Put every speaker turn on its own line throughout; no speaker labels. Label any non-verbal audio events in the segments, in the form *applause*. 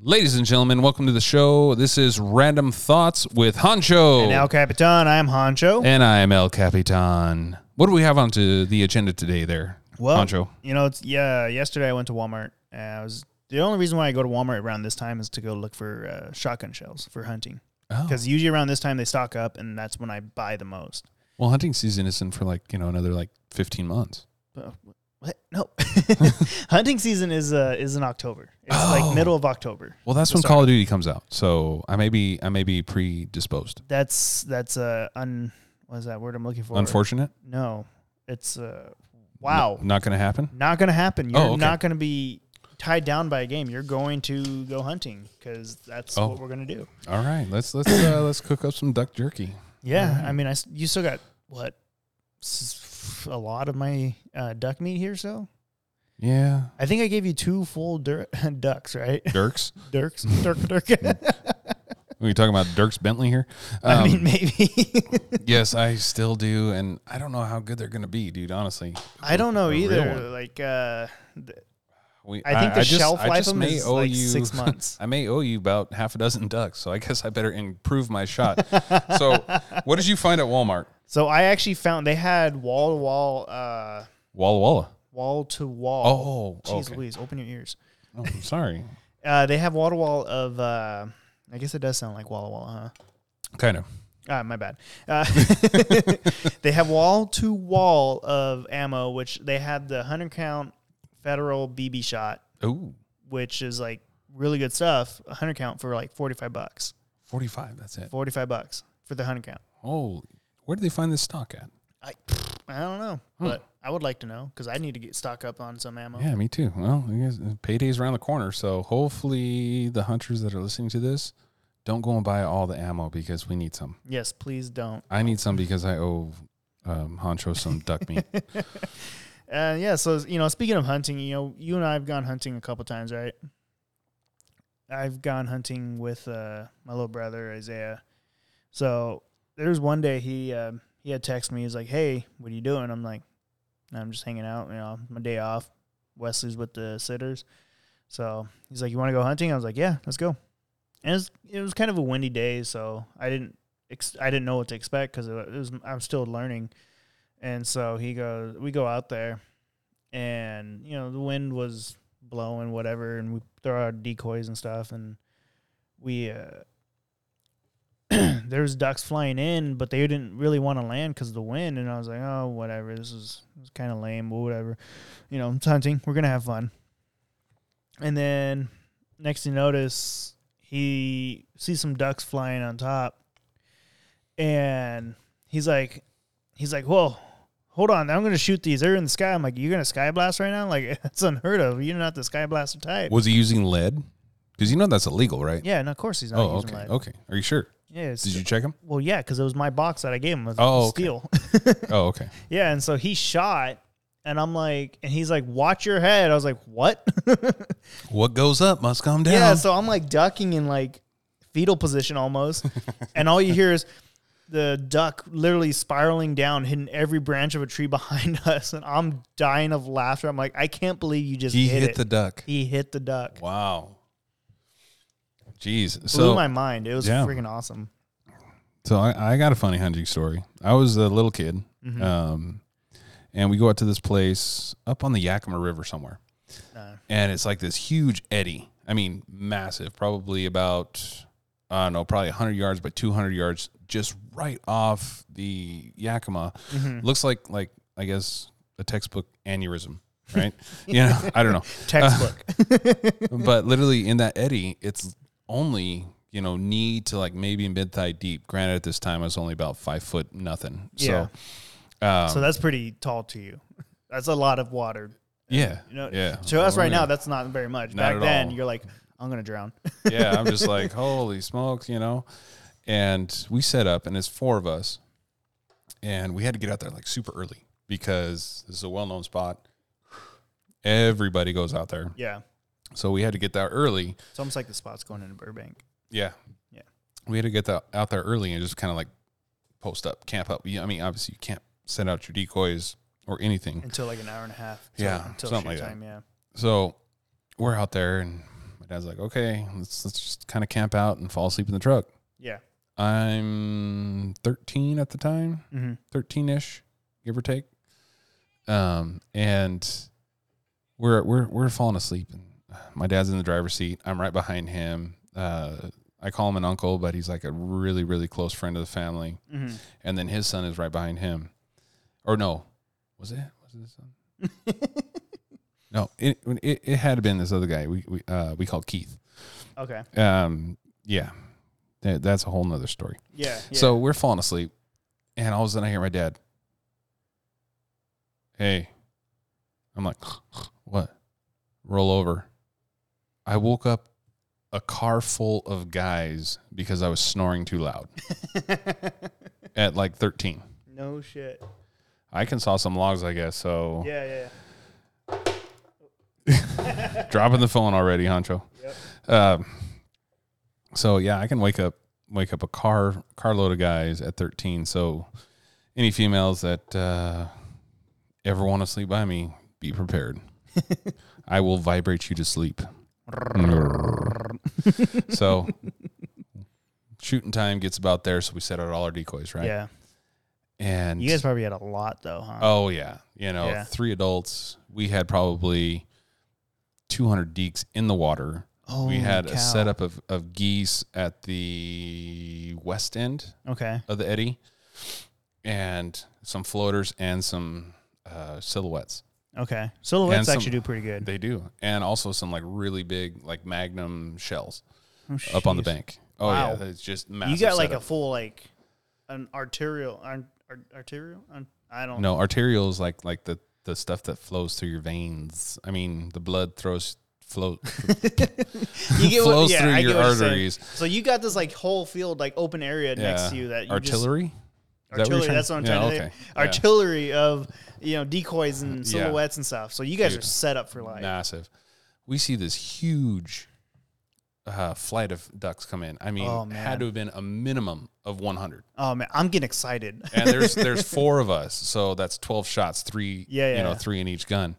Ladies and gentlemen, welcome to the show. This is Random Thoughts with Hancho.
And Al Capitan, I am Honcho.
Oh. And I am El Capitan. What do we have onto the agenda today there,
well,
Hancho?
you know, it's yeah. Yesterday I went to Walmart. Uh, I was the only reason why I go to Walmart around this time is to go look for uh, shotgun shells for hunting
Oh.
because usually around this time they stock up, and that's when I buy the most.
Well, hunting season isn't for like, you know, another like 15 months.
But, what?
*laughs*
No, *laughs* hunting season is uh, is in October. It's
Oh.
like middle of October.
Well, that's when
Sorry.
Call of Duty comes out. So I may be, I may be predisposed.
That's that's uh, un. What is that word I'm looking for?
Unfortunate.
No, it's uh, wow.
N- not going to happen.
not going to happen. You're
Oh, okay.
not going to be tied down by a game. You're going to go hunting because that's
Oh.
what we're going to do.
All right. Let's, let's,
*coughs*
uh, let's cook up some duck jerky.
Yeah,
Alright.
I mean, I s- you still got what s- a lot of my uh, duck meat here. So
Yeah.
I think I gave you two full dur- *laughs* ducks, right? *laughs*
Dirks.
Dirks, Dirk, *laughs* Dirk.
Are we talking about Dirks Bentley here?
I
Um,
mean, maybe. *laughs*
yes, I still do, and I don't know how good they're going to be, dude. Honestly,
I don't know
A real
either.
one.
Like, uh, th-
we,
I think the
just-
shelf
I
life
just
of 'em
may
is
owe
like
you- *laughs*
six months.
I may owe you about half a dozen ducks, so I guess I better improve my
*laughs*
shot. so, what did you find at Walmart?
so I actually found they had wall to wall, uh,
Walla Walla.
wall to wall.
Oh,
jeez,
okay.
Louise, open your ears.
Oh, I'm sorry.
Uh, they have wall to wall of. Uh, I guess it does sound like Walla Walla,
kind of.
huh? uh-huh. Ah, my bad. Uh, *laughs* they have wall to wall of ammo, which they had the hundred count Federal BB shot,
Ooh,
which is like really good stuff. A hundred count for like forty five bucks.
45. That's it.
Forty five bucks for the hundred count.
Holy. Where did they find this stock at?
I I don't know, but I would like to know because I need to get stock up on some ammo.
Yeah, me too. Well, I guess uh, payday's around the corner, so hopefully the hunters that are listening to this don't go and buy all the ammo because we need some.
Yes, please don't.
I need some because I owe um, Honcho some duck meat.
Uh, yeah, so you know, speaking of hunting, you know, you and I have gone hunting a couple times, right? I've gone hunting with uh, my little brother Isaiah. So there was one day he um he had texted me. He's like, "Hey, what are you doing?" I'm like, "I'm just hanging out. You know, my day off. Wesley's with the sitters." So he's like, "You want to go hunting?" I was like, "Yeah, let's go." And it was, it was kind of a windy day, so I didn't ex- I didn't know what to expect because it was I'm still learning. And so he goes, we go out there, and you know the wind was blowing whatever, and we throw out decoys and stuff, and we uh, *clears throat* there was ducks flying in, but they didn't really want to land because of the wind. And I was like, oh whatever, this is, this is kind of lame, but whatever, you know, it's hunting, we're gonna have fun. And then next you notice he sees some ducks flying on top, and he's like, he's like, whoa, hold on, I'm gonna shoot these. They're in the sky. I'm like, you're gonna sky blast right now? *laughs* Like that's unheard of. You're not the sky blaster type.
Was he using lead? Because you know that's illegal, right?
Yeah, and of course he's not
oh,
using
okay.
lead.
Okay. Are you sure?
Yeah, it's,
Did you check
*laughs*
him?
well, yeah, because it was my box that I gave him. It was
Oh, okay.
steel. *laughs*
Oh, okay.
yeah, and so he shot, and I'm like, and he's like, watch your head. I was like, what? *laughs*
What goes up must come down.
yeah, so I'm like ducking in like fetal
*laughs*
position almost, and all you hear is the duck literally spiraling down, hitting every branch of a tree *laughs* behind us, and I'm dying of laughter. I'm like, I can't believe you just
he
hit,
hit,
it.
the duck.
he hit the duck.
Wow. Jeez.
Blew
So,
my mind. It was
Yeah. *laughs*
freaking awesome.
so I, I got a funny hunting story. I was a little kid, um, and we go out to this place up on the Yakima River somewhere.
Uh,
and it's like this huge eddy. I mean, massive, probably about I don't know, probably 100 yards by 200 yards, just right off the Yakima. Looks like like I guess a textbook aneurysm, right? *laughs* you know, I don't know,
textbook.
but literally in that eddy, it's only you know knee to like maybe mid thigh deep. Granted, at this time I was only about five foot nothing, so um,
so that's pretty tall to you. That's a lot of water.
yeah,
You know,
yeah.
To us
Oh,
right
yeah.
now, that's not very much.
Not
Back
at
then,
all.
you're like, I'm gonna drown. *laughs*
yeah, I'm just like, holy smokes, you know. And we set up, and it's four of us, and we had to get out there like super early because this is a well-known spot. Everybody goes out there,
yeah,
so we had to get there early.
it's almost like the spot's going into Burbank.
Yeah,
Yeah.
we had to get that out there early and just kind of like post up, camp up. Yeah, I mean, obviously, you can't send out your decoys or anything.
until like an hour and a half.
Yeah,
until
something like
shoot
that.
time. Yeah,
so we're out there and my dad's like, okay, let's let's just kind of camp out and fall asleep in the truck.
Yeah.
I'm 13 at the time,
Mm-hmm.
13 ish, give or take. Um, and we're we're we're falling asleep, and uh, my dad's in the driver's seat. I'm right behind him. Uh, I call him an uncle, but he's like a really really close friend of the family.
Mm-hmm.
And then his son is right behind him, or no, was it was it his son?
Mm-hmm.
No, it it, it had been this other guy. We we uh, we called Keith.
*laughs* okay.
Um, yeah, That- that's a whole nother story.
Yeah. yeah.
So we're falling asleep, and all of a sudden I hear my dad. Hey, I'm like, *sighs* what? Roll over. I woke up a car full of guys because I was snoring too loud at like 13.
*laughs* no shit.
I can saw some logs, I guess. So
Yeah. Yeah.
dropping the phone already, Honcho.
Yep.
Um, so yeah, I can wake up wake up a car carload of guys at 13. So any females that uh, ever want to sleep by me, be
*laughs*
prepared. I will vibrate you to sleep. so shooting time gets about there, so we set out all our decoys, right?
Yeah.
And
You guys probably had a lot though, huh?
oh yeah, you know,
Yeah.
three adults. We had probably 200 deeks in the water Oh, we
Holy
had
cow.
a setup of, of geese at the west end
Okay.
of the eddy and some floaters and some uh, silhouettes
Okay. Silhouettes
some-
actually do pretty good.
they do and also some like really big like magnum shells
Oh,
up on the
jeez.
bank oh
Wow.
yeah it's just
You
massive
got like a
setup.
full like an arterial an, ar- arterial. An, I don't.
no arterial is like like the the stuff that flows through your veins i mean the blood throws flow
*laughs* You get what-
flows
yeah,
through
I get
your
what you're saying.
arteries
So you got this like whole field, like open area *laughs* next to you that you
artillery Is that what
Just,
you're
artillery.
trying-
that's what I'm
yeah,
trying to
okay.
think.
Yeah.
Artillery of you know decoys and
Yeah.
silhouettes and stuff. So you guys
Dude.
are set up for life.
massive. We see this huge uh, flight of ducks come in. I mean,
Oh,
had
man.
to have been a minimum of 100.
Oh man, I'm getting excited. *laughs*
And there's there's four of us, so that's 12 shots, three
Yeah,
you know,
yeah.
three in each gun.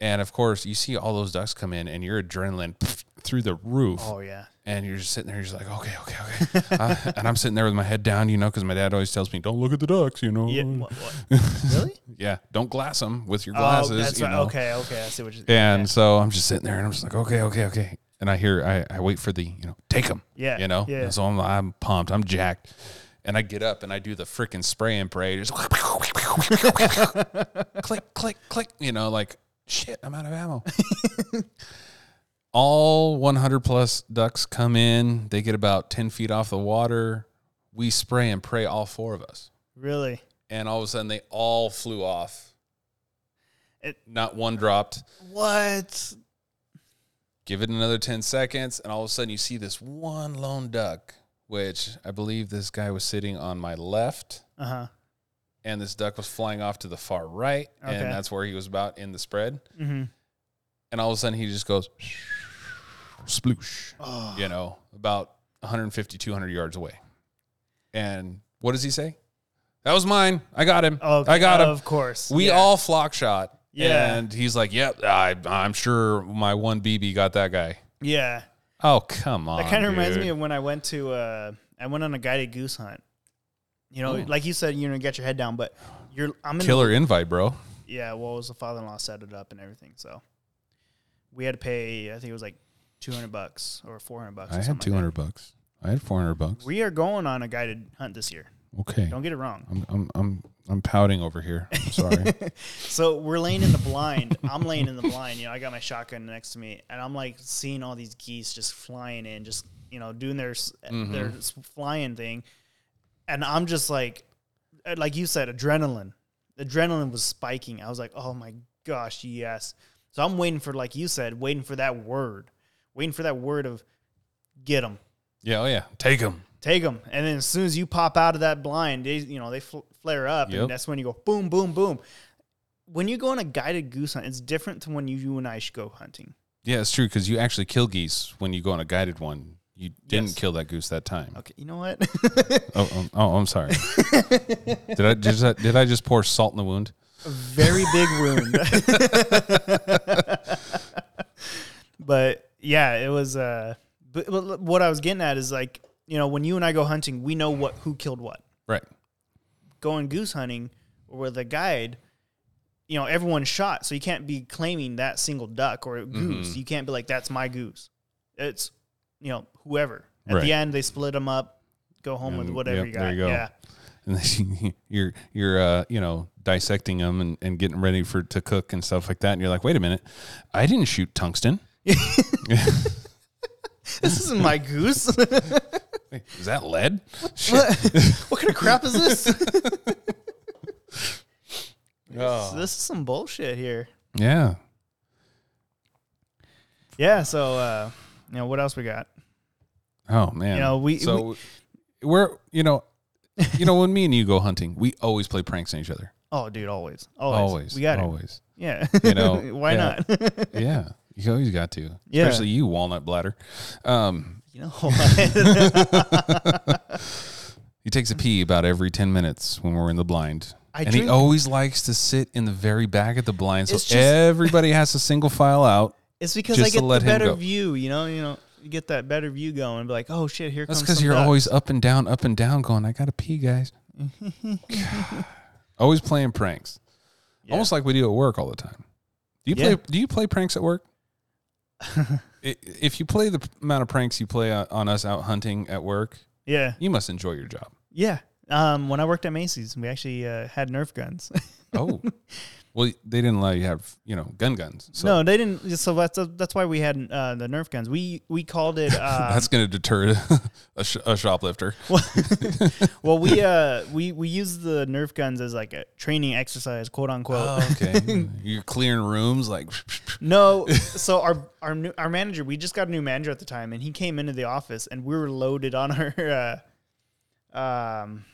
And of course, you see all those ducks come in, and your adrenaline through the roof,
oh yeah.
and you're just sitting there, you're just like, okay, okay, okay. *laughs* uh, and I'm sitting there with my head down, you know, because my dad always tells me, don't look at the ducks, you know.
Yeah.
Yeah,
What,
*laughs*
what? really?
don't glass them with your
oh,
glasses.
that's
you
right.
know?
Okay. Okay. I see what you're.
And so I'm just sitting there and I'm just like, okay, okay, okay. And I hear, I, I wait for the, you know, take them.
Yeah,
You know?
yeah.
And so I'm, I'm pumped. I'm jacked. And I get up and I do the freaking spray and pray. Just *laughs* click, click, click. You know, like, shit, I'm out of
*laughs*
ammo. All 100 plus ducks come in. They get about 10 feet off the water. We spray and pray, all four of us.
Really?
And all of a sudden, they all flew off.
It-
Not one dropped
What?
give it another 10 seconds and all of a sudden you see this one lone duck which i believe this guy was sitting on my left
Uh huh.
and this duck was flying off to the far right
Okay.
and that's where he was about in the spread
Mm-hmm.
and all of a sudden he just goes sploosh
Oh.
you know about 150 200 yards away and what does he say that was mine i got him
Oh, Okay,
i got him
Of course.
we
yeah.
all flock shot
Yeah.
and he's like yep I, i'm sure my one bb got that guy
Yeah.
oh come on
That kind of reminds
dude.
me of when I went to uh, I went on a guided goose hunt. You know,
Ooh.
like you said, you know, get your head down, but you're I'm in
Oh. killer invite, bro.
The, yeah, well, it was the father-in-law set it up and everything, so we had to pay. I think it was like two hundred bucks or four hundred bucks. or
I had
something
two
like
hundred bucks. I had four hundred
that.
bucks.
We are going on a guided hunt this year.
Okay,
Don't get it wrong.
I'm I'm I'm I'm pouting over here.
*laughs*
I'm sorry.
So we're laying in the blind. I'm laying in the blind. You know, I got my shotgun next to me, and I'm like seeing all these geese just flying in, just you know, doing their s their s- flying thing, and I'm just like, uh, like you said, adrenaline. Adrenaline was spiking. I was like, oh my gosh, yes. So I'm waiting for, like you said, waiting for that word, waiting for that word of get them,
yeah, oh yeah, take him.
take them, and then as soon as you pop out of that blind, they you know they fl- flare up,
Yep.
and that's when you go boom, boom, boom. When you go on a guided goose hunt, it's different to when you, you and I should go hunting.
Yeah, it's true because you actually kill geese when you go on a guided one. You didn't
Yes.
kill that goose that time.
Okay, you know what? *laughs*
Oh, oh, oh, I'm sorry. did I did I, did I just pour salt in the wound?
Very big wound. *laughs* but yeah, it was. Uh, but, but what I was getting at is like, you know, when you and I go hunting, we know what who killed what.
Right.
Going goose hunting with a guide, you know, everyone shot, so you can't be claiming that single duck or
Mm-hmm.
goose. You can't be like, "That's my goose." It's, you know, whoever. At
Right.
the end, they split them up, go home with
And-
whatever
yep,
you got.
there you go.
Yeah, *laughs*
And then *laughs* you're you're uh, you know dissecting them and, and getting ready for to cook and stuff like that. And you're like, wait a minute, I didn't shoot tungsten.
this isn't my goose. *laughs*
Wait, is that lead?
what, what kind of crap is this? *laughs*
Oh.
this is some bullshit here.
Yeah.
Yeah. So, uh, you know, what else we got?
Oh man.
You know, we-
so we, are you know you know when me and you go hunting, we always play pranks on each other.
Oh, dude, always, *laughs* always,
Always.
we got it.
always.
Yeah.
You know,
*laughs* why
yeah.
not?
Yeah. You always got to.
*laughs* Yeah.
Especially you, walnut bladder. Um,
you
*laughs*
know, what?
he takes a pee about every ten minutes when we're in the blind.
I
and he
drink-
always likes to sit in the very back of the blind, so
It's just-
everybody has to single file out.
it's because
Just
I
to
get the
let him
better
go.
view. You know, you know, you get that better view going. Be like, oh shit, here
That's
comes.
because
some
you're
duck.
always up and down, up and down, going, I got to pee,
*laughs*
guys. always playing pranks.
Yeah.
Almost like we do at work all the time. Do you
Yeah.
play do you play pranks at
*laughs*
work? I- if you play the p- amount of pranks you play o- on us out hunting at work,
Yeah,
you must enjoy your job.
yeah. Um, when I worked at Macy's, we actually uh, had Nerf guns. *laughs*
Oh. well, they didn't allow you to have, you know, gun guns. So
no, um, they didn't. So that's that's why we had uh, the Nerf guns. We we called
*laughs*
it. Um,
that's going to deter *laughs* a, sh- a
*laughs*
shoplifter. *laughs*
well, we uh we we used the Nerf guns as like a training exercise, quote unquote.
Oh. okay. You're clearing rooms like *laughs*
No, so our our new, our manager, we just got a new manager at the time, and he came into the office, and we were loaded on our *laughs* uh, um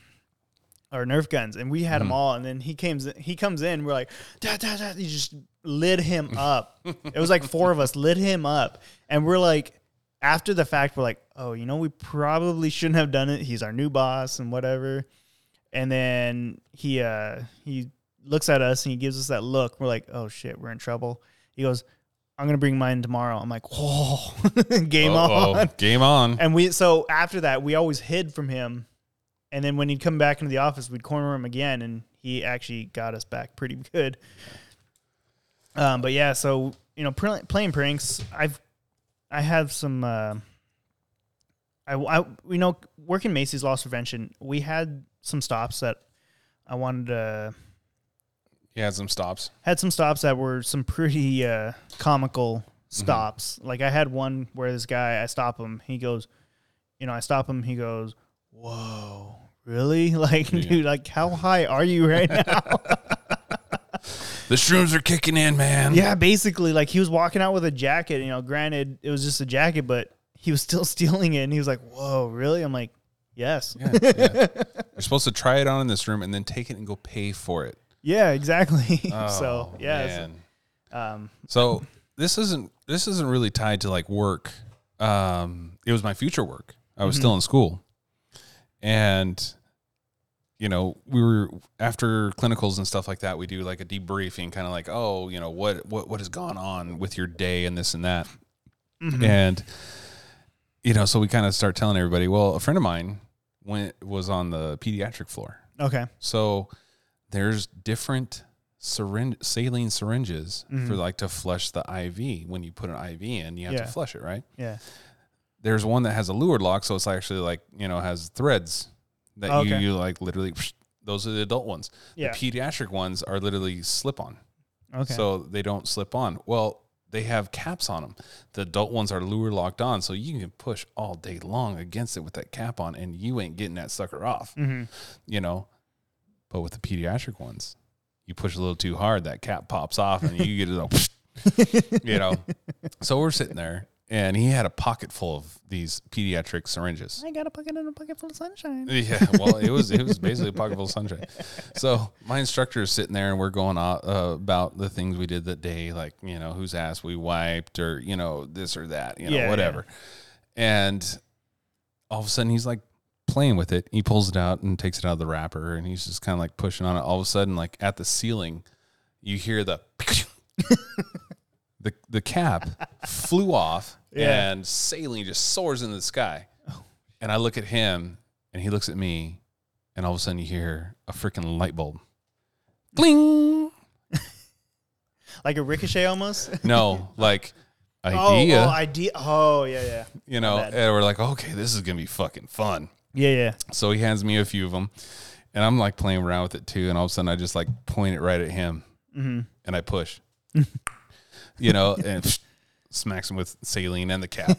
our Nerf guns, and we had them all. And then he came he comes in, we're like da da da, he just lit him up. it was like four of us lit him up, and we're like. After the fact, we're like, oh, you know, we probably shouldn't have done it. He's our new boss and whatever. And then he uh he looks at us and he gives us that look. We're like, oh shit, we're in trouble. He goes, I'm gonna bring mine tomorrow. I'm like, whoa, *laughs* game
Uh-oh,
on.
Game on.
And we so after that we always hid from him, and then when he'd come back into the office, we'd corner him again, and he actually got us back pretty *laughs* good. Um, but yeah, so you know, pr- playing pranks, I've I have some. Uh, I, I you know working Macy's Loss Prevention, we had some stops that I wanted to
He had some stops.
had some stops that were some pretty uh, comical
Mm-hmm.
stops. Like I had one where this guy, I stop him. He goes, you know, I stop him. He goes, "Whoa, really? *laughs* Like, dude, like how high are you
*laughs*
right now?"
The shrooms are kicking in, man.
yeah, basically, like he was walking out with a jacket. You know, granted, it was just a jacket, but he was *laughs* still stealing it, and he was like, "Whoa, really?" I'm like, "Yes, yeah, *laughs*
yeah. You're supposed to try it on in this room and then take it and go pay for it.
exactly." *laughs* so
Oh,
yeah, it's-
man.
um,
So this isn't this isn't really tied to like work. Um, it was my future work. I was still in school, and you know we were after clinicals and stuff like that. We do like a debriefing, kind of like oh you know what what what has gone on with your day and this and that, and you know so we kind of start telling everybody. Well, a friend of mine went was on the pediatric floor,
okay,
so there's different syringe saline syringes for like to flush the IV. When you put an IV in, you have
Mm-hmm. Yeah.
to flush it, right?
yeah,
There's one that has a lured lock, so it's actually like you know has threads that
Oh, Okay.
you, you like literally. Those are the adult ones.
Yeah.
The pediatric ones are literally slip on,
okay,
so they don't slip on. Well, they have caps on them. The adult ones are lure locked on, so you can push all day long against it with that cap on, and you ain't getting that sucker off
hmm
you know. But with the pediatric ones, you push a little too hard, that cap pops off, and you get a little, *laughs* you
*laughs*
know. So we're sitting there, and he had a pocket full of these pediatric syringes.
I got a pocket and a pocket full of sunshine.
*laughs* Yeah, well, it was it was basically a pocket full of sunshine. So my instructor is sitting there, and we're going on uh, about the things we did that day, like you know whose ass we wiped, or you know this or that, you know
Yeah, yeah.
whatever. And all of a sudden, he's like playing with it. He pulls it out and takes it out of the wrapper, and he's just kind of like pushing on it. All of a sudden, like at the ceiling, *laughs* you hear the the the cap flew off
Yeah.
and saline just soars into the sky. And I look at him, and he looks at me, and all of a sudden you hear a freaking light bulb, bling.
Like a ricochet almost.
No, like
*laughs* Oh, oh,
idea,
idea. Oh, yeah, yeah.
you know.
bad.
And we're like, okay, this is gonna be fucking fun.
Yeah, yeah.
So he hands me a few of them, and I'm like playing around with it too. And all of a sudden, I just like point it right at him,
Mm-hmm.
and I
*laughs*
push, you know, and *laughs* smacks him with saline and the cap,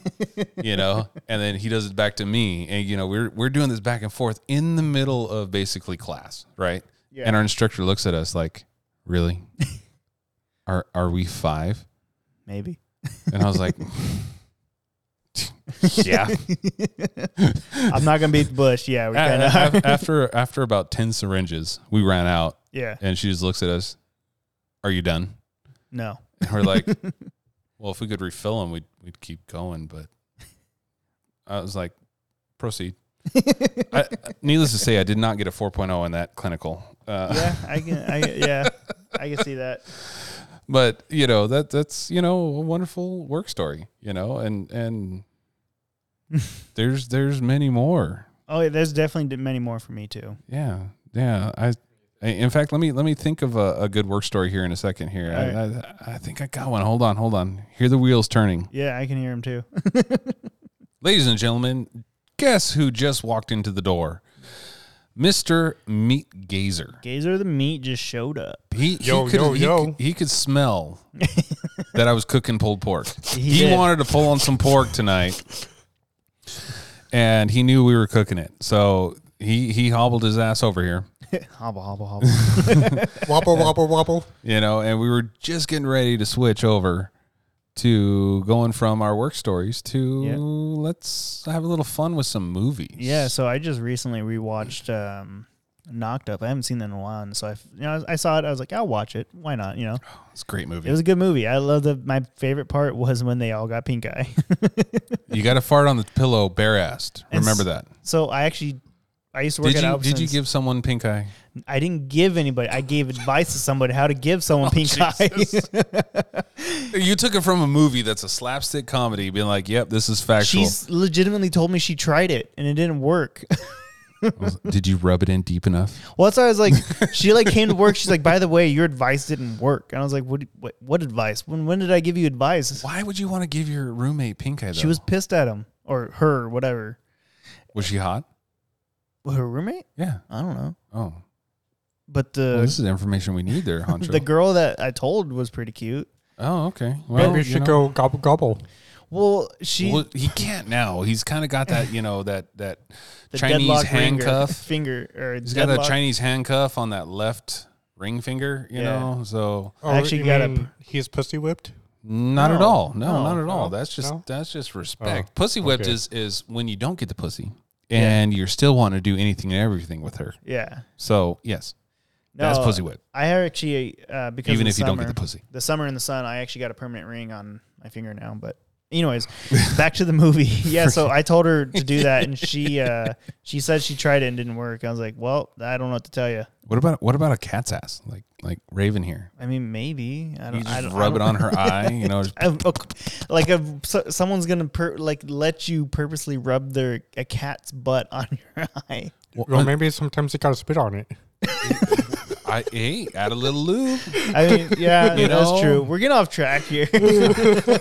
you know. And then he does it back to me, and you know, we're we're doing this back and forth in the middle of basically class, right?
Yeah.
And our instructor looks at us like,
*laughs*
"Really? are are we five?
Maybe. *laughs*
And I was like, *laughs* "Yeah."
I'm not gonna beat the
*laughs*
bush. Yeah, we kind
A-
of.
af- after after about 10 syringes we ran out
*laughs* yeah.
and she just looks at us are you done
No.
and we're like well if we could refill them we'd, we'd keep going but i was like proceed I, needless to say i did not get a 4.0 in that clinical uh,
Yeah, I can. I yeah, I can see that.
*laughs* but you know that that's you know a wonderful work story you know and and there's there's many more
Oh, yeah, there's definitely d- many more for me too.
Yeah, yeah. I, I- in fact, let me let me think of a, a good work story here in a second. Here, I,
All
I, I think I got one. Hold on, hold on. Hear the wheels turning,
Yeah, I can hear him too. *laughs*
ladies and gentlemen. Guess who just walked into the door? Mister Meat Gazer.
Gazer the meat just showed up.
He, he
Yo,
could,
yo,
he,
yo.
could- he could smell that I was cooking pulled pork.
He
he
did.
wanted to pull on some pork tonight, and he knew we were cooking it, so he he hobbled his ass over here.
Hobble, hobble, hobble.
Wobble, wobble, wobble.
you know, and we were just getting ready to switch over to going from our work stories to
Yeah.
let's have a little fun with some movies.
yeah, so I just recently rewatched um, Knocked Up. I haven't seen that in a while, and so I, f- you know, I saw it. I was like, I'll watch it. Why not? You know,
It's a great movie.
it was a good movie. I love the. My favorite part was when they all got pink eye.
you got to fart on the pillow bare assed.
And
Remember
s-
that.
so I actually, I used to work
Did
at
you,
Albertsons.
did you give someone pink eye?
*laughs* I didn't give anybody. I gave advice to somebody how to
*laughs*
give
Oh,
someone pink eye. *laughs*
You took it from a movie that's a slapstick comedy, being like, yep, this is factual.
She's legitimately told me she tried it and it didn't work. *laughs*
did you rub it in deep enough?
Well, that's why
*laughs*
I was like, she like came to work. She's like, by the way, your advice didn't work. And I was like, what? What, what advice? When? When did I give you advice?
Why would you want to give your roommate pink eye, though?
She was pissed at him or her, whatever.
was she hot?
Her roommate?
Yeah.
I don't know.
Oh.
But
Well,
the
this is information we need there, Honcho.
*laughs* the girl that I told was pretty cute.
oh, okay. Well,
Maybe we
you
should
know.
go gobble, gobble.
Well, she
well, he can't now. He's kind of got that, you know, that that
*laughs* the
Chinese
deadlock
handcuff.
finger, or
He's got
deadlock.
a Chinese handcuff on that left ring finger, you
Yeah.
know. So
Oh,
Actually
you
got a-
mean He's pussy whipped.
not at
No.
all. No,
No.
not at all.
No.
That's just
No.
that's just respect.
Oh,
pussy whipped
okay.
is is when you don't get the pussy and you're still wanting to do anything and everything with her.
Yeah,
So yes, that's
No,
pussy whipped.
I actually uh, because
Even
of
if you
summer,
don't get the pussy.
the summer in the sun, I actually got a permanent ring on my finger now. But anyways, *laughs* back to the movie. *laughs* Yeah, so I told her to do that, and she uh, she said she tried it and didn't work. I was like, well, I don't know what to tell you.
What about what about a cat's ass? Like like Raven here.
I mean, maybe I don't.
You
I
just
don't,
rub
I
it
don't,
on her eye, you know. just-
*laughs* I've- ok- like if so, someone's gonna per, like let you purposely rub their a cat's butt *laughs* on your eye.
Well, maybe sometimes you got to spit on it.
I hey, add a little lube.
I mean, yeah,
*laughs* You
that's
know?
true. We're getting off track here. *laughs*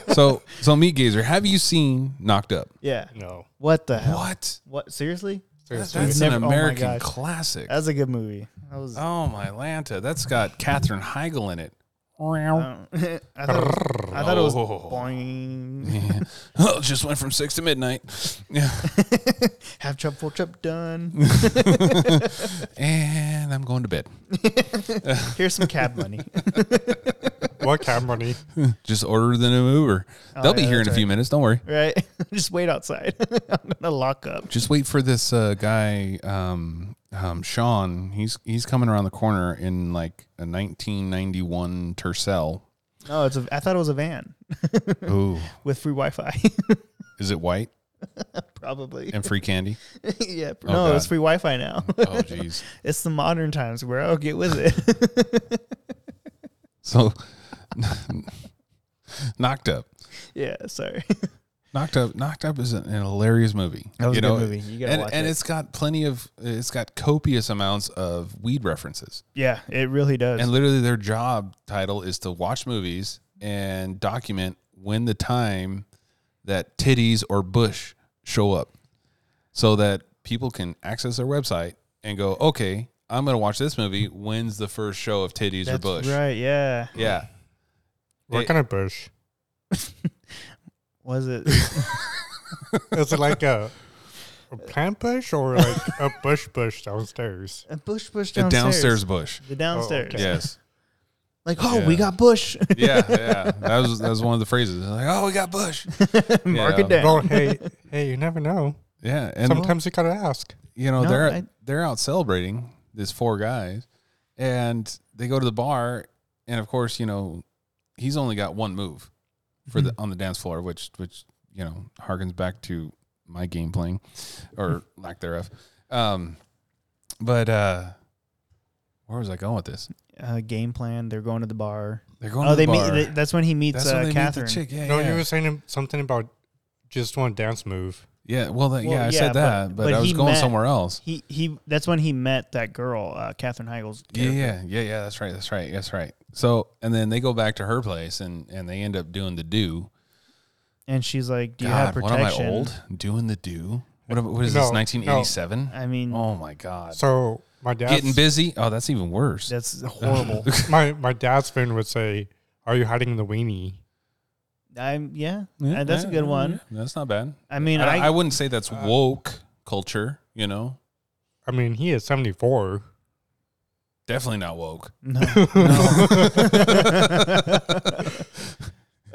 So so meat gazer, have you seen Knocked Up?
yeah.
No.
What the hell?
What?
What? Seriously?
That's,
Seriously.
an
Never- oh my
American
gosh.
classic.
That's a good movie. That was.
oh my Lanta, that's got Katherine Heigl in it.
I don't- I thought it was, I thought it was
Oh.
boing.
Oh, *laughs* just went from six to midnight. *laughs* Yeah,
Have chop full chop done.
and I'm going to bed.
Here's some cab money.
What cab money?
Just order the new Uber. They'll be
Oh, yeah,
here in
that's
a few minutes. Don't worry.
Right? *laughs* Just wait outside. *laughs* I'm gonna lock up.
Just wait for this uh, guy, um, um, Sean. He's he's coming around the corner in like a 1991
*laughs*
Tercel.
No, it's a I thought it was a van
Ooh,
with free Wi Fi.
is it white
*laughs* Probably.
and free candy?
*laughs* yeah.
Oh,
no, it's
God.
free Wi Fi now. *laughs*
Oh, jeez.
it's the modern times where I'll get with it. *laughs*
*laughs* So knocked up.
yeah, sorry.
Knocked Up, Knocked Up is an, an hilarious movie.
That was
you
a good
know?
movie. You gotta
and
watch
and
it.
has got plenty of, it's got copious amounts of weed references.
Yeah, it really does.
And literally, their job title is to watch movies and document when the time that titties or bush show up so that people can access their website and go, okay, I'm going to watch this movie. When's the first show of titties or
That's
bush?
right. Yeah.
Yeah.
What
It-
kind of bush?
Was it?
Is it like a, a plant bush or like a bush bush downstairs?
A Uh, Bush Bush
The
downstairs.
*laughs*
downstairs bush.
The downstairs.
okay.
Yes.
Like, oh, we
Yeah.
got Bush. *laughs*
Yeah. Yeah. That was, that was one of the phrases. Like, oh, we got bush.
Mark
Yeah.
it down.
Well, hey, hey, you never know.
Yeah. And
Sometimes you gotta ask.
you know
No,
they're
I-
they're out celebrating these four guys and they go to the bar and of course you know he's only got one move for
Hmm.
the on the dance floor which which you know harkens back to my game playing
*laughs*
or lack thereof um but uh where was i going with this
Uh, game plan. They're going to the bar.
they're going
oh,
to the
they meet.
bar
They, that's when he meets
that's when
uh,
they
Catherine.
meet the chick yeah
No,
yeah.
you were saying something about just one dance move.
yeah well, that,
Well,
yeah i
yeah,
said that
but-
but,
but
i was
he
going
met-
somewhere else
He he. That's when he met that girl, uh, Catherine Heigl's.
Yeah,
character.
yeah, yeah, yeah. That's right. That's right. That's right. So, and then they go back to her place, and and they end up doing the do.
And she's like, "Do you have
God, what am I
protection?"
old? Doing the do. What, am- what is
No,
this?
no.
Nineteen eighty-seven.
I mean,
Oh my God.
So my
Getting
dad's
busy. Oh, that's even worse. *laughs*
that's horrible.
*laughs* my, my dad's friend would say, Are you hiding the weenie?
I'm yeah. Uh, that's a good one.
yeah, that's not bad.
I mean,
I,
I, Uh.
I wouldn't say that's woke culture. You know,
I mean, he is seventy four.
definitely not
*laughs*
woke.
no. *laughs*
*laughs*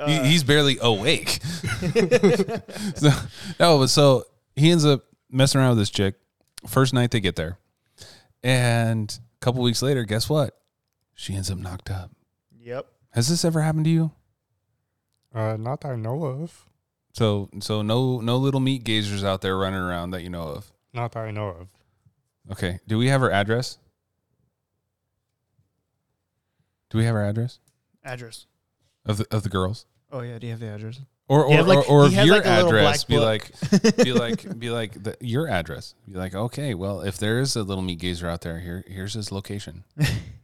Uh,
he, he's barely awake. so, no, but so he ends up messing around with this chick. First night they get there, and a couple weeks later, guess what? She ends up knocked up.
yep.
Has this ever happened to you?
Uh, not that I know of.
So, so no, no little meat gazers out there running around that you know of.
Not that I know of.
Okay, do we have her address? Do we have her address
Address.
of the, of the girls?
Oh yeah. Do you have the address?
Or or,
Yeah, like,
or, or
he has,
your
like, a little
address
black
be
book.
like
*laughs*
be like be like the, your address. Be like, okay, well, if there is a little meat gazer out there, here here's his location.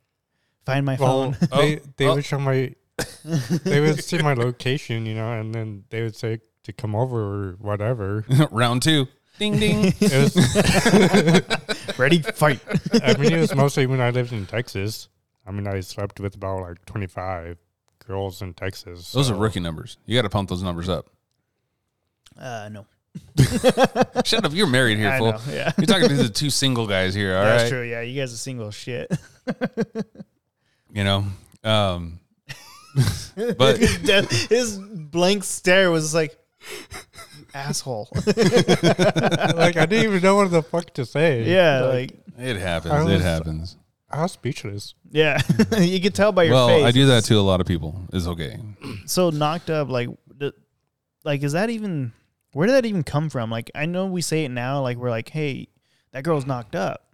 *laughs* Find my
Well,
phone.
they,
Oh,
they
oh.
would show my
*laughs*
they would see my location, you know, and then they would say to come over or whatever.
*laughs* Round two. Ding ding.
It was,
Ready? Fight.
I mean, it was mostly when I lived in Texas. I mean, I slept with about like twenty five girls in
*laughs*
Texas.
Those are
so-
rookie numbers. You got to pump those numbers up.
Uh, no.
Shut up. You're married here,
I
fool.
know. Yeah.
You're talking to the two single guys here. *laughs* All right.
That's true. Yeah, you guys are single shit. *laughs*
You know. Um, *laughs* but
That- his blank stare was like, "You
*laughs*
asshole.
like I didn't even know what the fuck to say.
yeah, like,
it
I
happens.
was-
it happens.
I was speechless.
yeah. *laughs* you could tell by your
Well,
face.
I do that to a lot of people. It's okay.
So knocked up, like, the, like is that even? Where did that even come from? Like, I know we say it now, like we're like, hey, that girl's knocked up.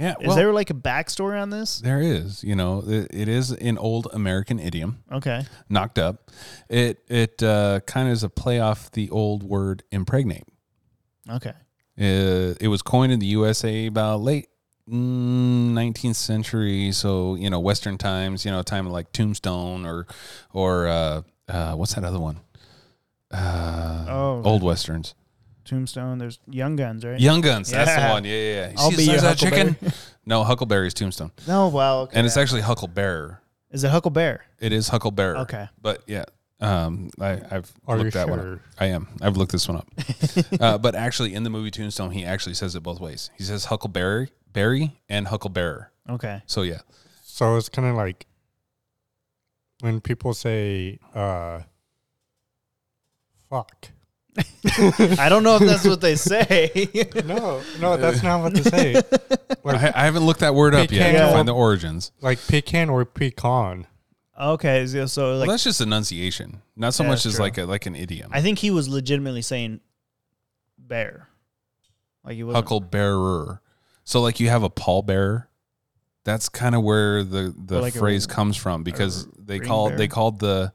Yeah.
Is there like a backstory on this?
there is. You know, it, it is an old American idiom.
Okay.
knocked up. It it uh, kind of is a play off the old word impregnate.
Okay.
Uh, it was coined in the USA about late mm, 19th century, so you know Western times. You know, time of like Tombstone or or uh, uh, what's that other one? Uh,
Oh.
old westerns,
Tombstone. There's Young Guns, right?
Young Guns. That's
Yeah.
the one. Yeah, yeah. yeah.
I'll
See
be
the
your
size of that
Huckleberry.
*laughs* No, Huckleberry's Tombstone,
*laughs* No. Wow. Okay.
and it's actually Hucklebear.
is it Huckleberry?
It is Hucklebear.
Okay.
but yeah, um, I, I've
Are you
looked that one up.
sure?
I am. I've looked this one
*laughs*
up. uh, but actually, in the movie Tombstone, he actually says it both ways. He says Huckleberry, Berry, and Hucklebearer.
Okay.
So yeah,
So it's kind of like when people say, uh, fuck.
I don't know if that's what they say.
No, no, that's not what to say.
I, I haven't looked that word up yet
Pecan.
to find the origins.
Like pecan or pecan.
*laughs* okay. So, so like,
well, that's just enunciation, not so
Yeah,
much as
that's true.
like a like an idiom.
I think he was legitimately saying bear. Like he was
Hucklebearer. So like you have a pallbearer. That's kind of where the the
Or like a
phrase comes from because they
ring
called
bearer?
they called the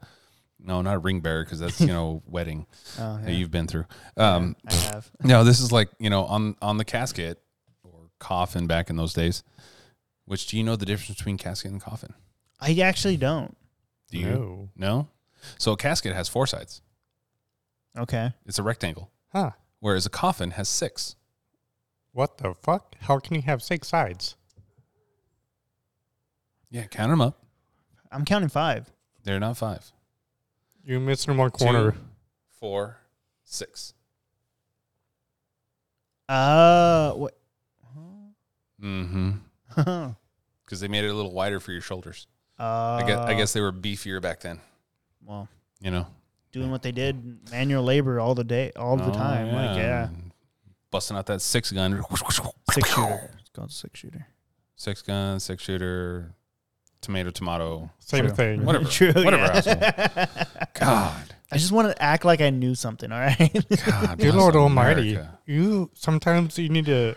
no, not a ring bearer because that's you know *laughs* wedding
Oh,
that
yeah.
you've been through. Um,
I have.
No, this is like you know on on the casket or coffin back in those days. Which do you know the difference between casket and coffin?
I actually don't.
Do you no? So a casket has four sides.
Okay.
It's a rectangle,
Huh.
whereas a coffin has six.
What the fuck? How can you have six sides?
Yeah, count them up.
I'm counting five.
They're not five.
You're missing one corner.
Two, four, six.
Uh, what? *laughs*
Mm-hmm.
uh,
Because they made it a little wider for your shoulders.
I
I guess I guess they were beefier back then.
Uh, Well,
You know,
doing what they did, manual labor all the day, all the
Oh,
time. Like, yeah,
busting out that six gun, *laughs*
six shooter. It's called six shooter.
six gun, six shooter, tomato, tomato.
Same
True.
thing.
Whatever.
*laughs* True.
Whatever,
*laughs* yeah.
God,
I just want to act like I knew something. All right. *laughs*
God,
Dear
bless
Lord Almighty,
America.
you sometimes you need to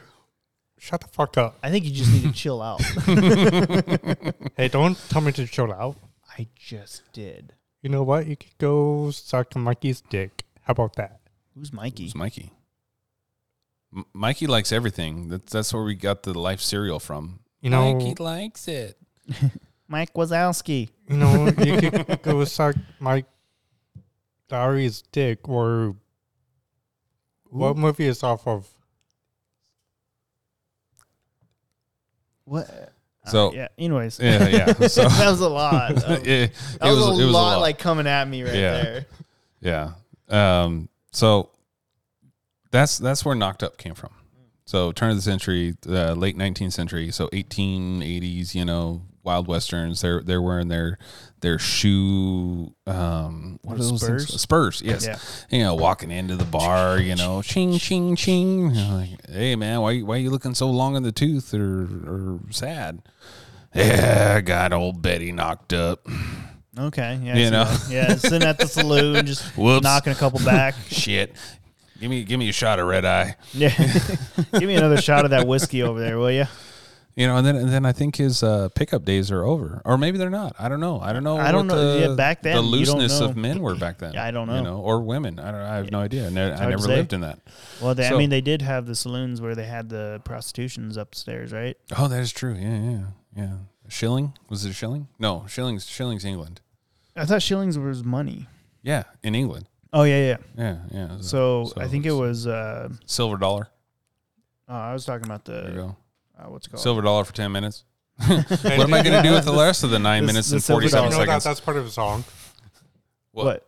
shut the fuck up.
I think you just need to chill out.
*laughs*
Hey, don't tell me to chill out.
I just did.
You know what? You could go suck Mikey's dick. How about that?
Who's Mikey?
It's Mikey. M- Mikey likes everything. That's that's where we got the life cereal from.
You know,
likes it.
Mike Wazowski.
you know, you could go suck Mike Lowry's dick. Or what movie is off of?
What? Uh,
So-
yeah. Anyways,
Yeah, yeah. So *laughs*
*laughs* that was a lot. That was,
it, it
that was,
was
a
it was
lot like coming at me right
Yeah.
there.
Yeah. Um, so that's that's where knocked up came from. So turn of the century, uh, late nineteenth century, so eighteen eighties, you know, wild westerns. They're they're wearing their their shoe um what are those things?
Spurs?
Spurs, yes.
Yeah.
You know, walking into the bar, you know, ching ching ching. You're like, hey man, why why you looking so long in the tooth or or sad? Yeah, I got old Betty knocked up.
Okay. Yeah.
You
so
know?
that- Yeah. Sitting
*laughs*
at the saloon, just
Whoops.
knocking a couple back.
*laughs* Shit. Give me give me a shot of red eye.
Yeah. *laughs* Give me another shot of that whiskey over there, will you?
You know, and then and then I think his uh, pickup days are over, or maybe they're not. I don't know. I don't know.
I don't
what
know. Yeah,
The,
back then,
the
you don't
looseness
know.
of men were back then.
Yeah, I don't know.
You know, or women. I don't. I have no idea. I, ne- I
hard to
never
say.
lived in that.
Well, they, I
So-
mean, they did have the saloons where they had the prostitutions upstairs, right?
Oh, that is true. Yeah, yeah, yeah. Shilling was it a shilling? No, shillings. Shillings England.
I thought shillings was money.
Yeah, in England.
Oh yeah, yeah.
Yeah, yeah.
So, I think it
Uh, it's
was. Uh,
silver dollar.
oh, I was talking about
There you
the
go.
uh, what's it called
Silver dollar for ten
*laughs*
minutes. what am I going to do with the rest of the nine
This-
minutes
the
and
silver
forty
You know
seven
dollar.
that,
seconds?
that's part of the song.
What?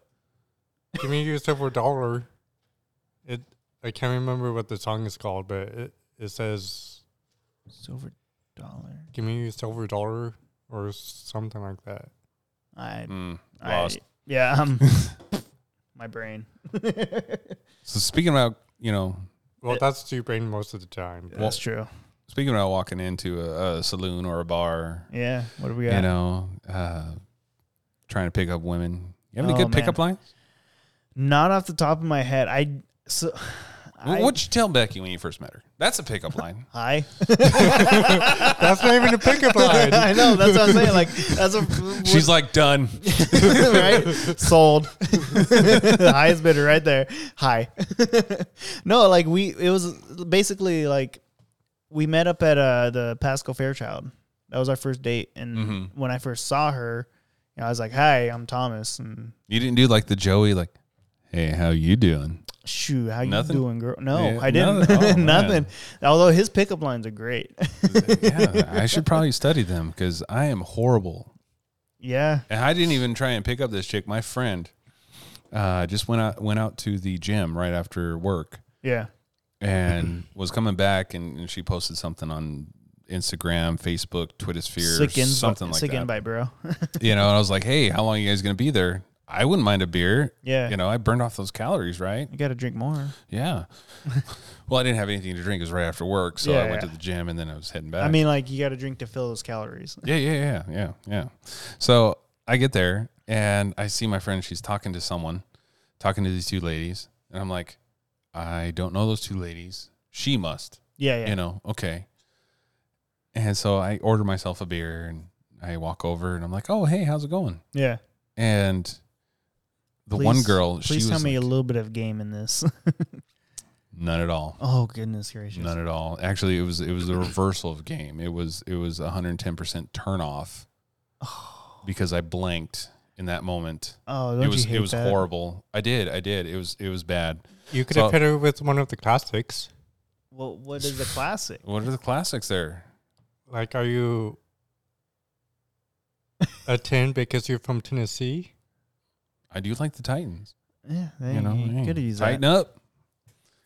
Give me your silver dollar. It. I can't remember what the song is called, but it, it says,
silver dollar?
"Give me your silver dollar" or something like that.
I,
Mm,
I
lost.
yeah.
*laughs*
Um, my brain. *laughs*
So speaking about you know
Well,
It-
that's your brain most of the time.
That's true.
Speaking about walking into a, a saloon or a bar,
Yeah. What do we got?
you know, uh, trying to pick up women. You have any
Oh,
good
man.
pickup lines?
Not off the top of my head. I so.
Wh- What'd you tell Becky when you first met her? That's a pickup
*laughs*
line. *laughs*
I,
That's not even a pickup
I,
line.
know that's what I'm saying. Like that's a
She's like, done.
*laughs* right? Sold. Highest bidder right there. High. *laughs* no, like we it was basically like we met up at uh the Pasco Fairchild. That was our first date and
Mhm.
when I first saw her, you know, I was like, "Hi, I'm Thomas." And
You didn't do like the Joey, like, hey, how you
*laughs*
doing?
shoo, how
Nothing?
you doing, girl? No,
Yeah,
I didn't. *laughs*
nothing. Oh, man.
Nothing. Although his pickup lines are great. *laughs*
yeah, I should probably study them because I am horrible.
yeah.
And I didn't even try and pick up this chick. My friend uh, just went out went out to the gym right after work
Yeah.
and was coming back, and, and she posted something on Instagram, Facebook, Twitter sphere,
Sick invite,
something like
sick
that.
invite, bro. *laughs*
you know, and I was like, hey, how long you guys going to be there? I wouldn't mind a beer.
Yeah.
You know, I burned off those calories, right?
you got to drink more. *laughs*
Yeah. well, I didn't have anything to drink. It was right after work. So I
Yeah.
went to the gym and then I was heading back.
I mean, like you got to drink to fill those calories.
yeah, yeah, yeah, yeah, yeah. So I get there and I see my friend. She's talking to someone, talking to these two ladies. And I'm like, I don't know those two ladies. She must,
Yeah, yeah.
you know, okay. And so I order myself a beer and I walk over and I'm like, oh, hey, how's it going?
Yeah.
and The
Please-
one girl, she
Please
was
tell me a
like,
little bit of game in this. *laughs*
none at all.
oh goodness gracious!
None at all. Actually, it was it was a reversal of game. It was it was 110% turn off because I blanked in that moment.
*sighs* Oh, don't
it was
you hate
it was
that?
horrible. I did. I did. It was it was bad.
You could
So-
have hit her with one of the classics.
Well, what
*sighs*
is the classic?
What are the classics there?
Like, are you
*laughs*
a 10 because you're from Tennessee?
I do like the Titans.
Yeah, they,
You know, hey,
could have used
tighten
that.
up.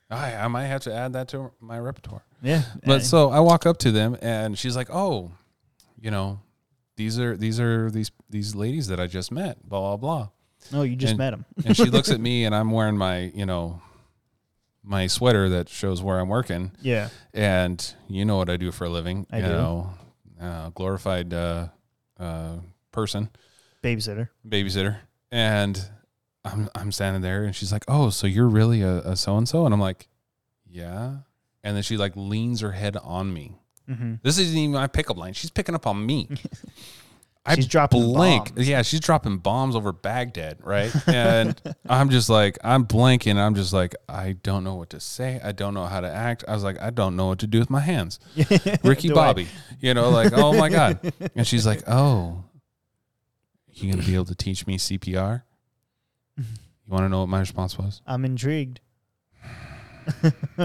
I I might have to add that to my repertoire.
Yeah,
*laughs* But
eh,
so I walk up to them and she's like, "Oh, you know, these are these are these these ladies that I just met, blah blah blah."
no, you just
and-
met him.
And she
*laughs*
looks at me and I'm wearing my, you know, my sweater that shows where I'm working
Yeah,
and you know what I do for a living,
I
you
do.
know, uh, glorified uh, uh, person,
babysitter.
babysitter. And I'm I'm standing there and she's like, "Oh, so you're really a, a so-and-so?" And I'm like, "Yeah." And then she like leans her head on me.
Mm-hmm.
This isn't even my pickup line. She's picking up on
*laughs*
me. I
She's dropping
blank.
bombs.
Yeah, she's dropping bombs over Baghdad, right?
*laughs*
And I'm just like, I'm blanking. I'm just like, I don't know what to say. I don't know how to act. I was like, I don't know what to do with my
*laughs*
hands. Ricky
Do I-
Bobby, you know, like, oh
*laughs*
my God. And she's like, oh, you going to be able to teach me CPR? You want to know what my response
*laughs*
was?
I'm intrigued.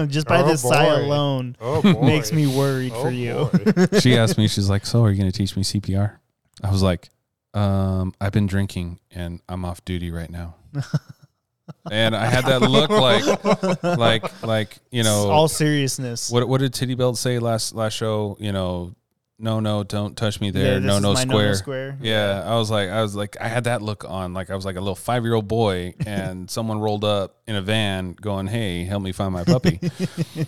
just by
Oh,
this sigh
boy.
alone
*laughs* Oh, boy. Oh,
makes me worried for
*laughs*
you.
she asked me, she's like, "So, are you going to teach me CPR?" I was like, um, "I've been drinking and I'm off duty right now."
*laughs*
and I had that look like, like, like you know,
all seriousness.
what what did Titty Belt say last last show? You know, no, no, don't touch me
Yeah,
there.
this
no,
is
no
my
square.
square.
Yeah, I was like, I was like, I had that look on, like I was like a little five year old
*laughs*
boy, and someone rolled up in a van, going, "Hey, help me find my
*laughs*
puppy."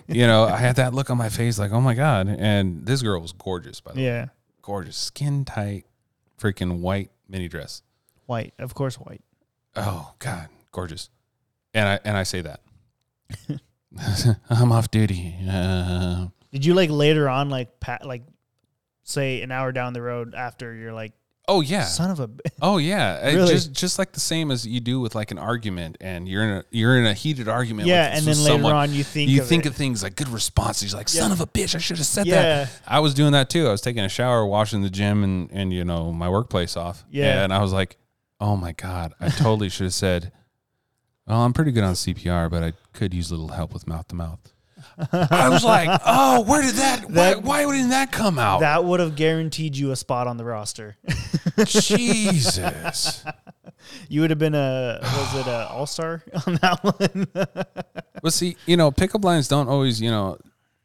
you know, I had that look on my face, like, "Oh my god!" And this girl was gorgeous, by the way
yeah,
gorgeous, skin tight, freaking white mini dress.
white, of course, white.
Oh God, gorgeous. And I and I say that *laughs* I'm off duty. Uh,
Did you like later on, like pat, like say an hour down the road after you're like,
oh yeah,
son of a, b-"
oh yeah. It
Really?
Just just like the same as you do with like an argument, and you're in a you're in a heated
*laughs*
argument.
yeah,
with,
and
with
then later
someone.
on you think
you
of
think
it.
of things like good response. He's like, son
Yeah.
of a bitch, I should have said
Yeah.
that. I was doing that too. I was taking a shower, washing the gym and, and you know, my workplace off.
Yeah.
And I was like, oh my God, I totally should have said, well, I'm pretty good on CPR, but I could use a little help with mouth to mouth. I was like,
*laughs*
oh, where did that,
That-
why, why didn't that come out?
that *laughs* would have guaranteed you a spot on the roster. *laughs*
Jesus.
you would have been a was
*sighs*
it a all star *laughs* on that one? *laughs*
well, see, you know, pickup lines don't always, you know,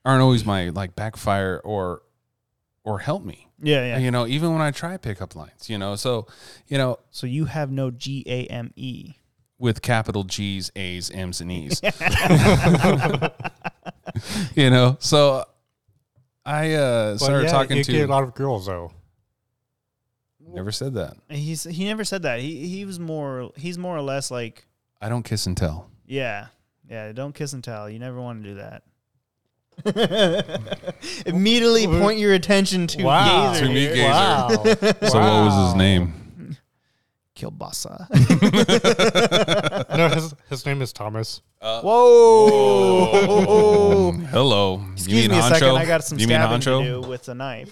aren't always my like backfire or, or help me.
yeah, yeah.
you know, even when I try pickup lines, you know, so, you know,
So you have no G A M E.
with capital G's, A's, M's, and *laughs*
*laughs*
E's, you know, so I uh,
Well,
started
yeah,
talking
you
to,
get a lot of girls, though.
never said that.
He's he never said that. He he was more he's more or less like
I don't kiss and tell.
Yeah. Yeah. Don't kiss and tell. You never want to do that. *laughs* Immediately point your attention to
Wow.
Gazer
To me,
here.
Gazer.
Wow.
*laughs* So what was his name?
*laughs* Kielbasa.
No, his, his name is Thomas.
*laughs*
Whoa.
Hello.
Oh. Excuse me a second. I got some
you mean
stabbing
honcho?
to do with a knife.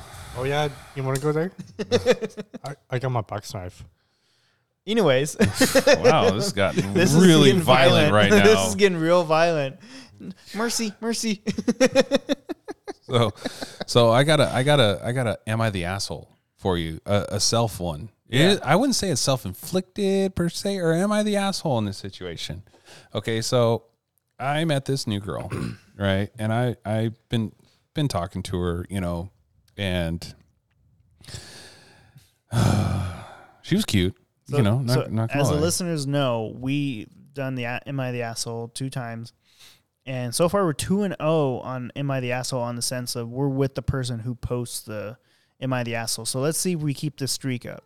*laughs*
Oh, yeah. You want to go there? *laughs* I, I got my box knife.
Anyways,
Wow, this got
*laughs* this is
really
getting
violent,
*laughs*
right now.
this is getting real violent. Mercy, mercy.
*laughs* so so I got to I got to I got to am I the asshole for you a, a self one It- I wouldn't say it's self inflicted per se or am I the asshole in this situation okay so I met this new girl *clears throat* right and I I've been been talking to her you know and *sighs* she was cute you know not,
so
not gonna
as the
lie.
listeners know, we done the a- Am I the Asshole two times. And so far, we're 2 and 0 on Am I the Asshole on the sense of we're with the person who posts the Am I the Asshole. So let's see if we keep this streak up.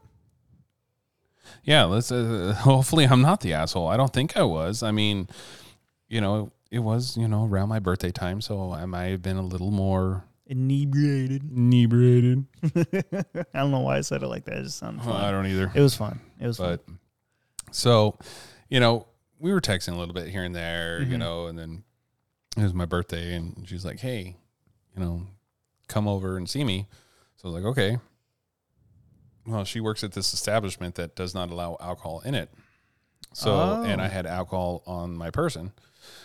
yeah let's uh, *laughs* hopefully i'm not the asshole i don't think i was i mean you know it was you know around my birthday time so i might have been a little more
Inebriated. *laughs*
Inebriated.
I don't know why I said it like that. It just sounded
Oh, I
fun.
don't either.
It was fun. It was fun.
But so, you know, we were texting a little bit here and there, you
Mhm.
know, and then it was my birthday, and she's like, "Hey, you know, come over and see me." So I was like, "Okay." Well, she works at this establishment that does not allow alcohol in it. So, and
Oh.
I had alcohol on my person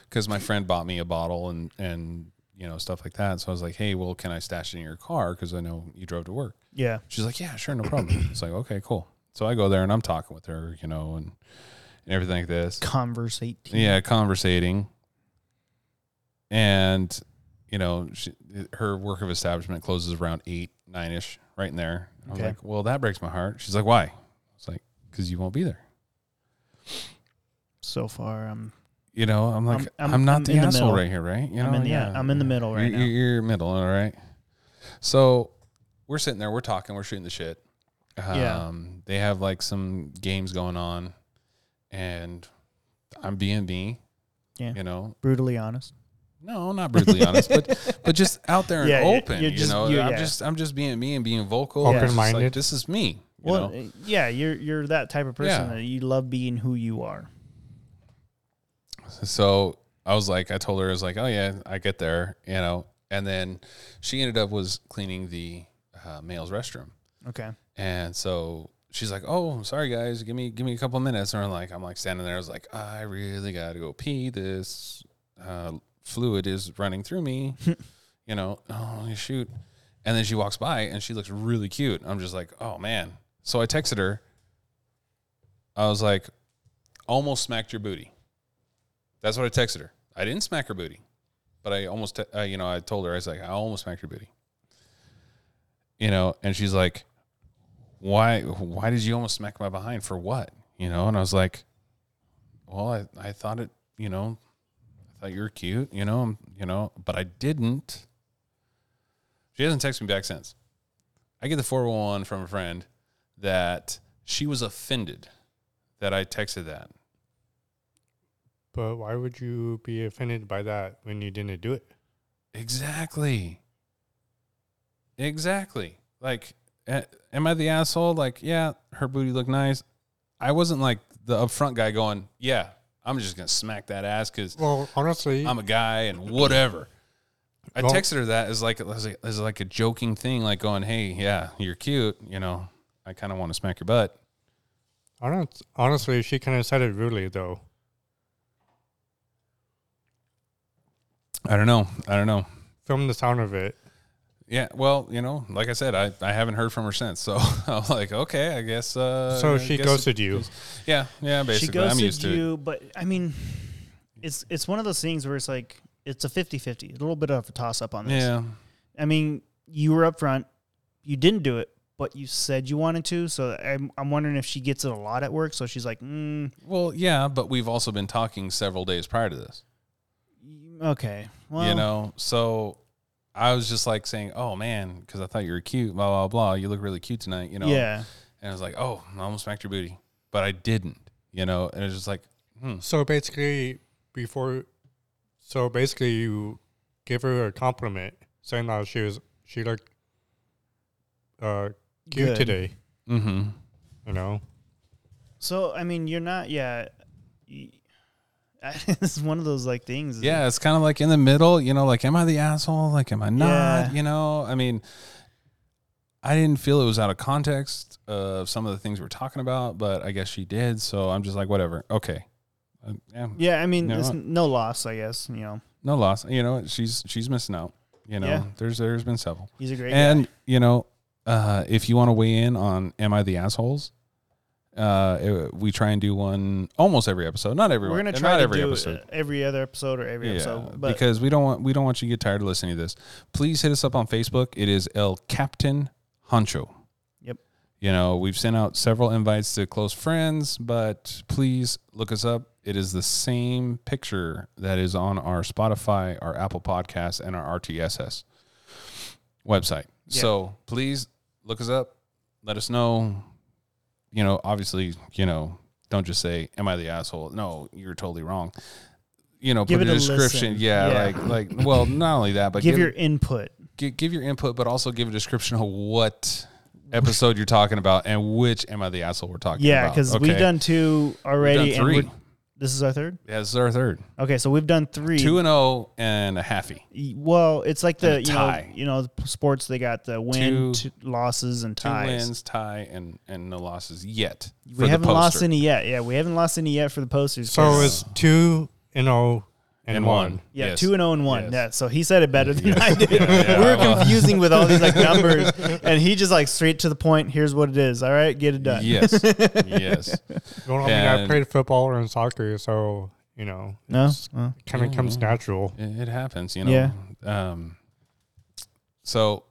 because my friend bought me a bottle and and you know stuff like that. So I was like, "Hey, well, can I stash it in your car? Because I know you drove to work."
Yeah.
She's like, yeah, sure, no
*clears throat*
problem. it's like, okay, cool. So I go there and I'm talking with her, you know, and, and everything like this.
Conversate.
Yeah, conversating. And, you know, she, her work of establishment closes around eight, nine ish, right in there. I was
Okay.
like, well, that breaks my heart. She's like, why? It's like, because you won't be there.
So far, I'm
You know, I'm like, I'm,
I'm- I'm-
not
I'm
the
in the
asshole
middle.
right here, right? You know,
I'm in the- yeah, I'm in the middle right
you're,
now.
You're, you're middle, all right. So we're sitting there, we're talking, we're shooting the shit. Um,
Yeah.
They have like some games going on, and I'm being me.
Yeah.
You know,
brutally honest.
no, not brutally honest, but
*laughs*
but just out there and
Yeah, you're-
open.
you're
you
just-
know,
you-
I'm
yeah.
just I'm just being me and being vocal.
Yeah.
It's just like,
Open-minded.
this is me. You
Well,
know?
uh, yeah, you're you're that type of person
Yeah.
that you love being who you are.
So I was like, I told her, I was like, oh yeah, I get there, you know. And then she ended up was cleaning the uh, male's restroom.
Okay.
And so she's like, "Oh, sorry guys, give me give me a couple minutes." And I'm like, I'm like standing there. I was like, "I really gotta go pee. This uh, fluid is running through me." you know, oh shoot. And then she walks by and she looks really cute. I'm just like, "Oh man." So I texted her. I was like, "Almost smacked your booty." That's what I texted her. I didn't smack her booty, but I almost, te- uh, you know, I told her I was like, "I almost smacked your booty." You know, and she's like, why why did you almost smack my behind for what you know and i was like well i, I thought it you know i thought you were cute you know um, you know but i didn't she hasn't texted me back since i get the 411 from a friend that she was offended that i texted that
But why would you be offended by that when you didn't do it?
Exactly. Exactly. Like, a- am I the asshole? Like, yeah, her booty looked nice. I wasn't like the upfront guy going, yeah, I'm just going to smack that ass because
Well, honestly,
I'm a guy and whatever. I
Well-
texted her that as like, as like, as like a joking thing, like going, hey, yeah, you're cute. You know, I kind of want to smack your butt.
I don't. Honestly, she kind of said it rudely though.
I don't know. I don't know.
From the sound of it,
Yeah, well, you know, like I said, I, I haven't heard from her since. So *laughs* I'm like, okay, I guess. Uh,
so
I
she
guess
ghosted you.
Yeah, yeah, basically.
she ghosted
I'm used to it.
you, but I mean, it's it's one of those things where it's like it's a 50-50, a little bit of a toss up on this.
Yeah.
I mean, you were upfront, you didn't do it, but you said you wanted to. So I'm I'm wondering if she gets it a lot at work. So she's like, mm,
Well, yeah, but we've also been talking several days prior to this.
okay, well,
you know, so I was just like saying, "Oh man," because I thought you were cute. Blah blah blah. You look really cute tonight. You know.
yeah,
And I was like, "Oh, I almost smacked your booty," but I didn't. You know, and it was just like, hmm.
So basically, before, so basically, you give her a compliment saying that she was she looked uh cute
good.
today.
Mm-hmm.
You know,
So I mean, you're not, yeah. y- *laughs* It's one of those like things. is-
Yeah, it's kind of like in the middle. You know, like, am I the asshole? Like, am I not?
Yeah.
You know, I mean, I didn't feel it was out of context of some of the things we're talking about, but I guess she did. So I'm just like, whatever. Okay. Uh, yeah.
Yeah, I mean,
No.
it's n- no loss, I guess. You know,
no loss. You know, she's she's missing out. You know,
Yeah.
there's there's been several.
he's a great guy.
And you know, uh, if you want to weigh in on "Am I the assholes?" Uh, it- we try and do one almost every episode. Not every.
We're
one-
gonna try
not
to
every
do
episode.
uh, every other episode or every episode, but
because we don't want we don't want you to get tired of listening to this. Please hit us up on Facebook. It is El Captain Honcho.
Yep.
You know, we've sent out several invites to close friends, but please look us up. It is the same picture that is on our Spotify, our Apple Podcasts, and our RTSS website.
Yeah.
So please look us up. Let us know. You know, obviously, you know, don't just say, "Am I the asshole?" No, you're totally wrong. You know,
Give
put
it
a
a
description.
listen.
Yeah,
Yeah.
like like. Well, not only that, but
give
give
your input.
gi- give your input, but also give a description of what episode you're talking about and which am I the asshole we're talking
Yeah,
about.
because we've
Okay.
done two
We've
already.
done
and
three.
we're- this is our third.
yeah, this is our third.
Okay, so we've done three.
Two and oh and a halfy.
Y- well, it's like
and
the
a
you know
tie.
you know the sports they got the win,
Two-
t- losses, and
Two
ties.
wins, tie, and and no losses yet. for
We
the
haven't lost
poster.
any yet. Yeah, we haven't lost any yet for the posters.
So
'cause-
it's two and oh and,
And
one.
one.
yeah,
yes.
two and zero and one.
Yes.
Yeah, so he said it better than I did.
*laughs*
*laughs*
yeah,
we were
well-
confusing with
*laughs*
all these like numbers, and he just like straight to the point. Here's what it is. All right, get it done.
*laughs* Yes,
*laughs*
yes.
Well, I mean, I
And-
played football and soccer, so you know,
No.
it's
Oh.
kind of comes natural.
It it happens, you know.
Yeah.
Um, so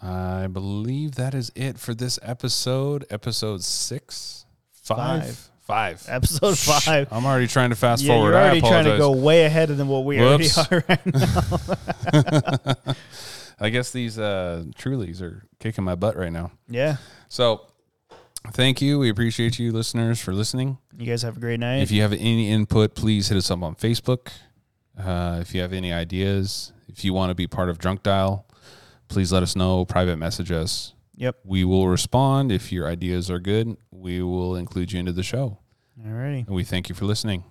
I believe that is it for this episode. Episode six, five,
Five.
five.
Episode five.
I'm already trying to fast
yeah,
forward.
you're
I
already
apologize.
trying to go way ahead of than what we
Whoops.
already are right
*laughs*
now.
I guess these uh, Trulies are kicking my butt right now.
Yeah.
So thank you. We appreciate you, listeners, for listening.
You guys have a great night.
If you have any input, please hit us up on Facebook. Uh, if you have any ideas, if you want to be part of Drunk Dial, please let us know. Private message us.
Yep.
We will respond. If your ideas are good, we will include you into the show.
Alrighty.
And we thank you for listening.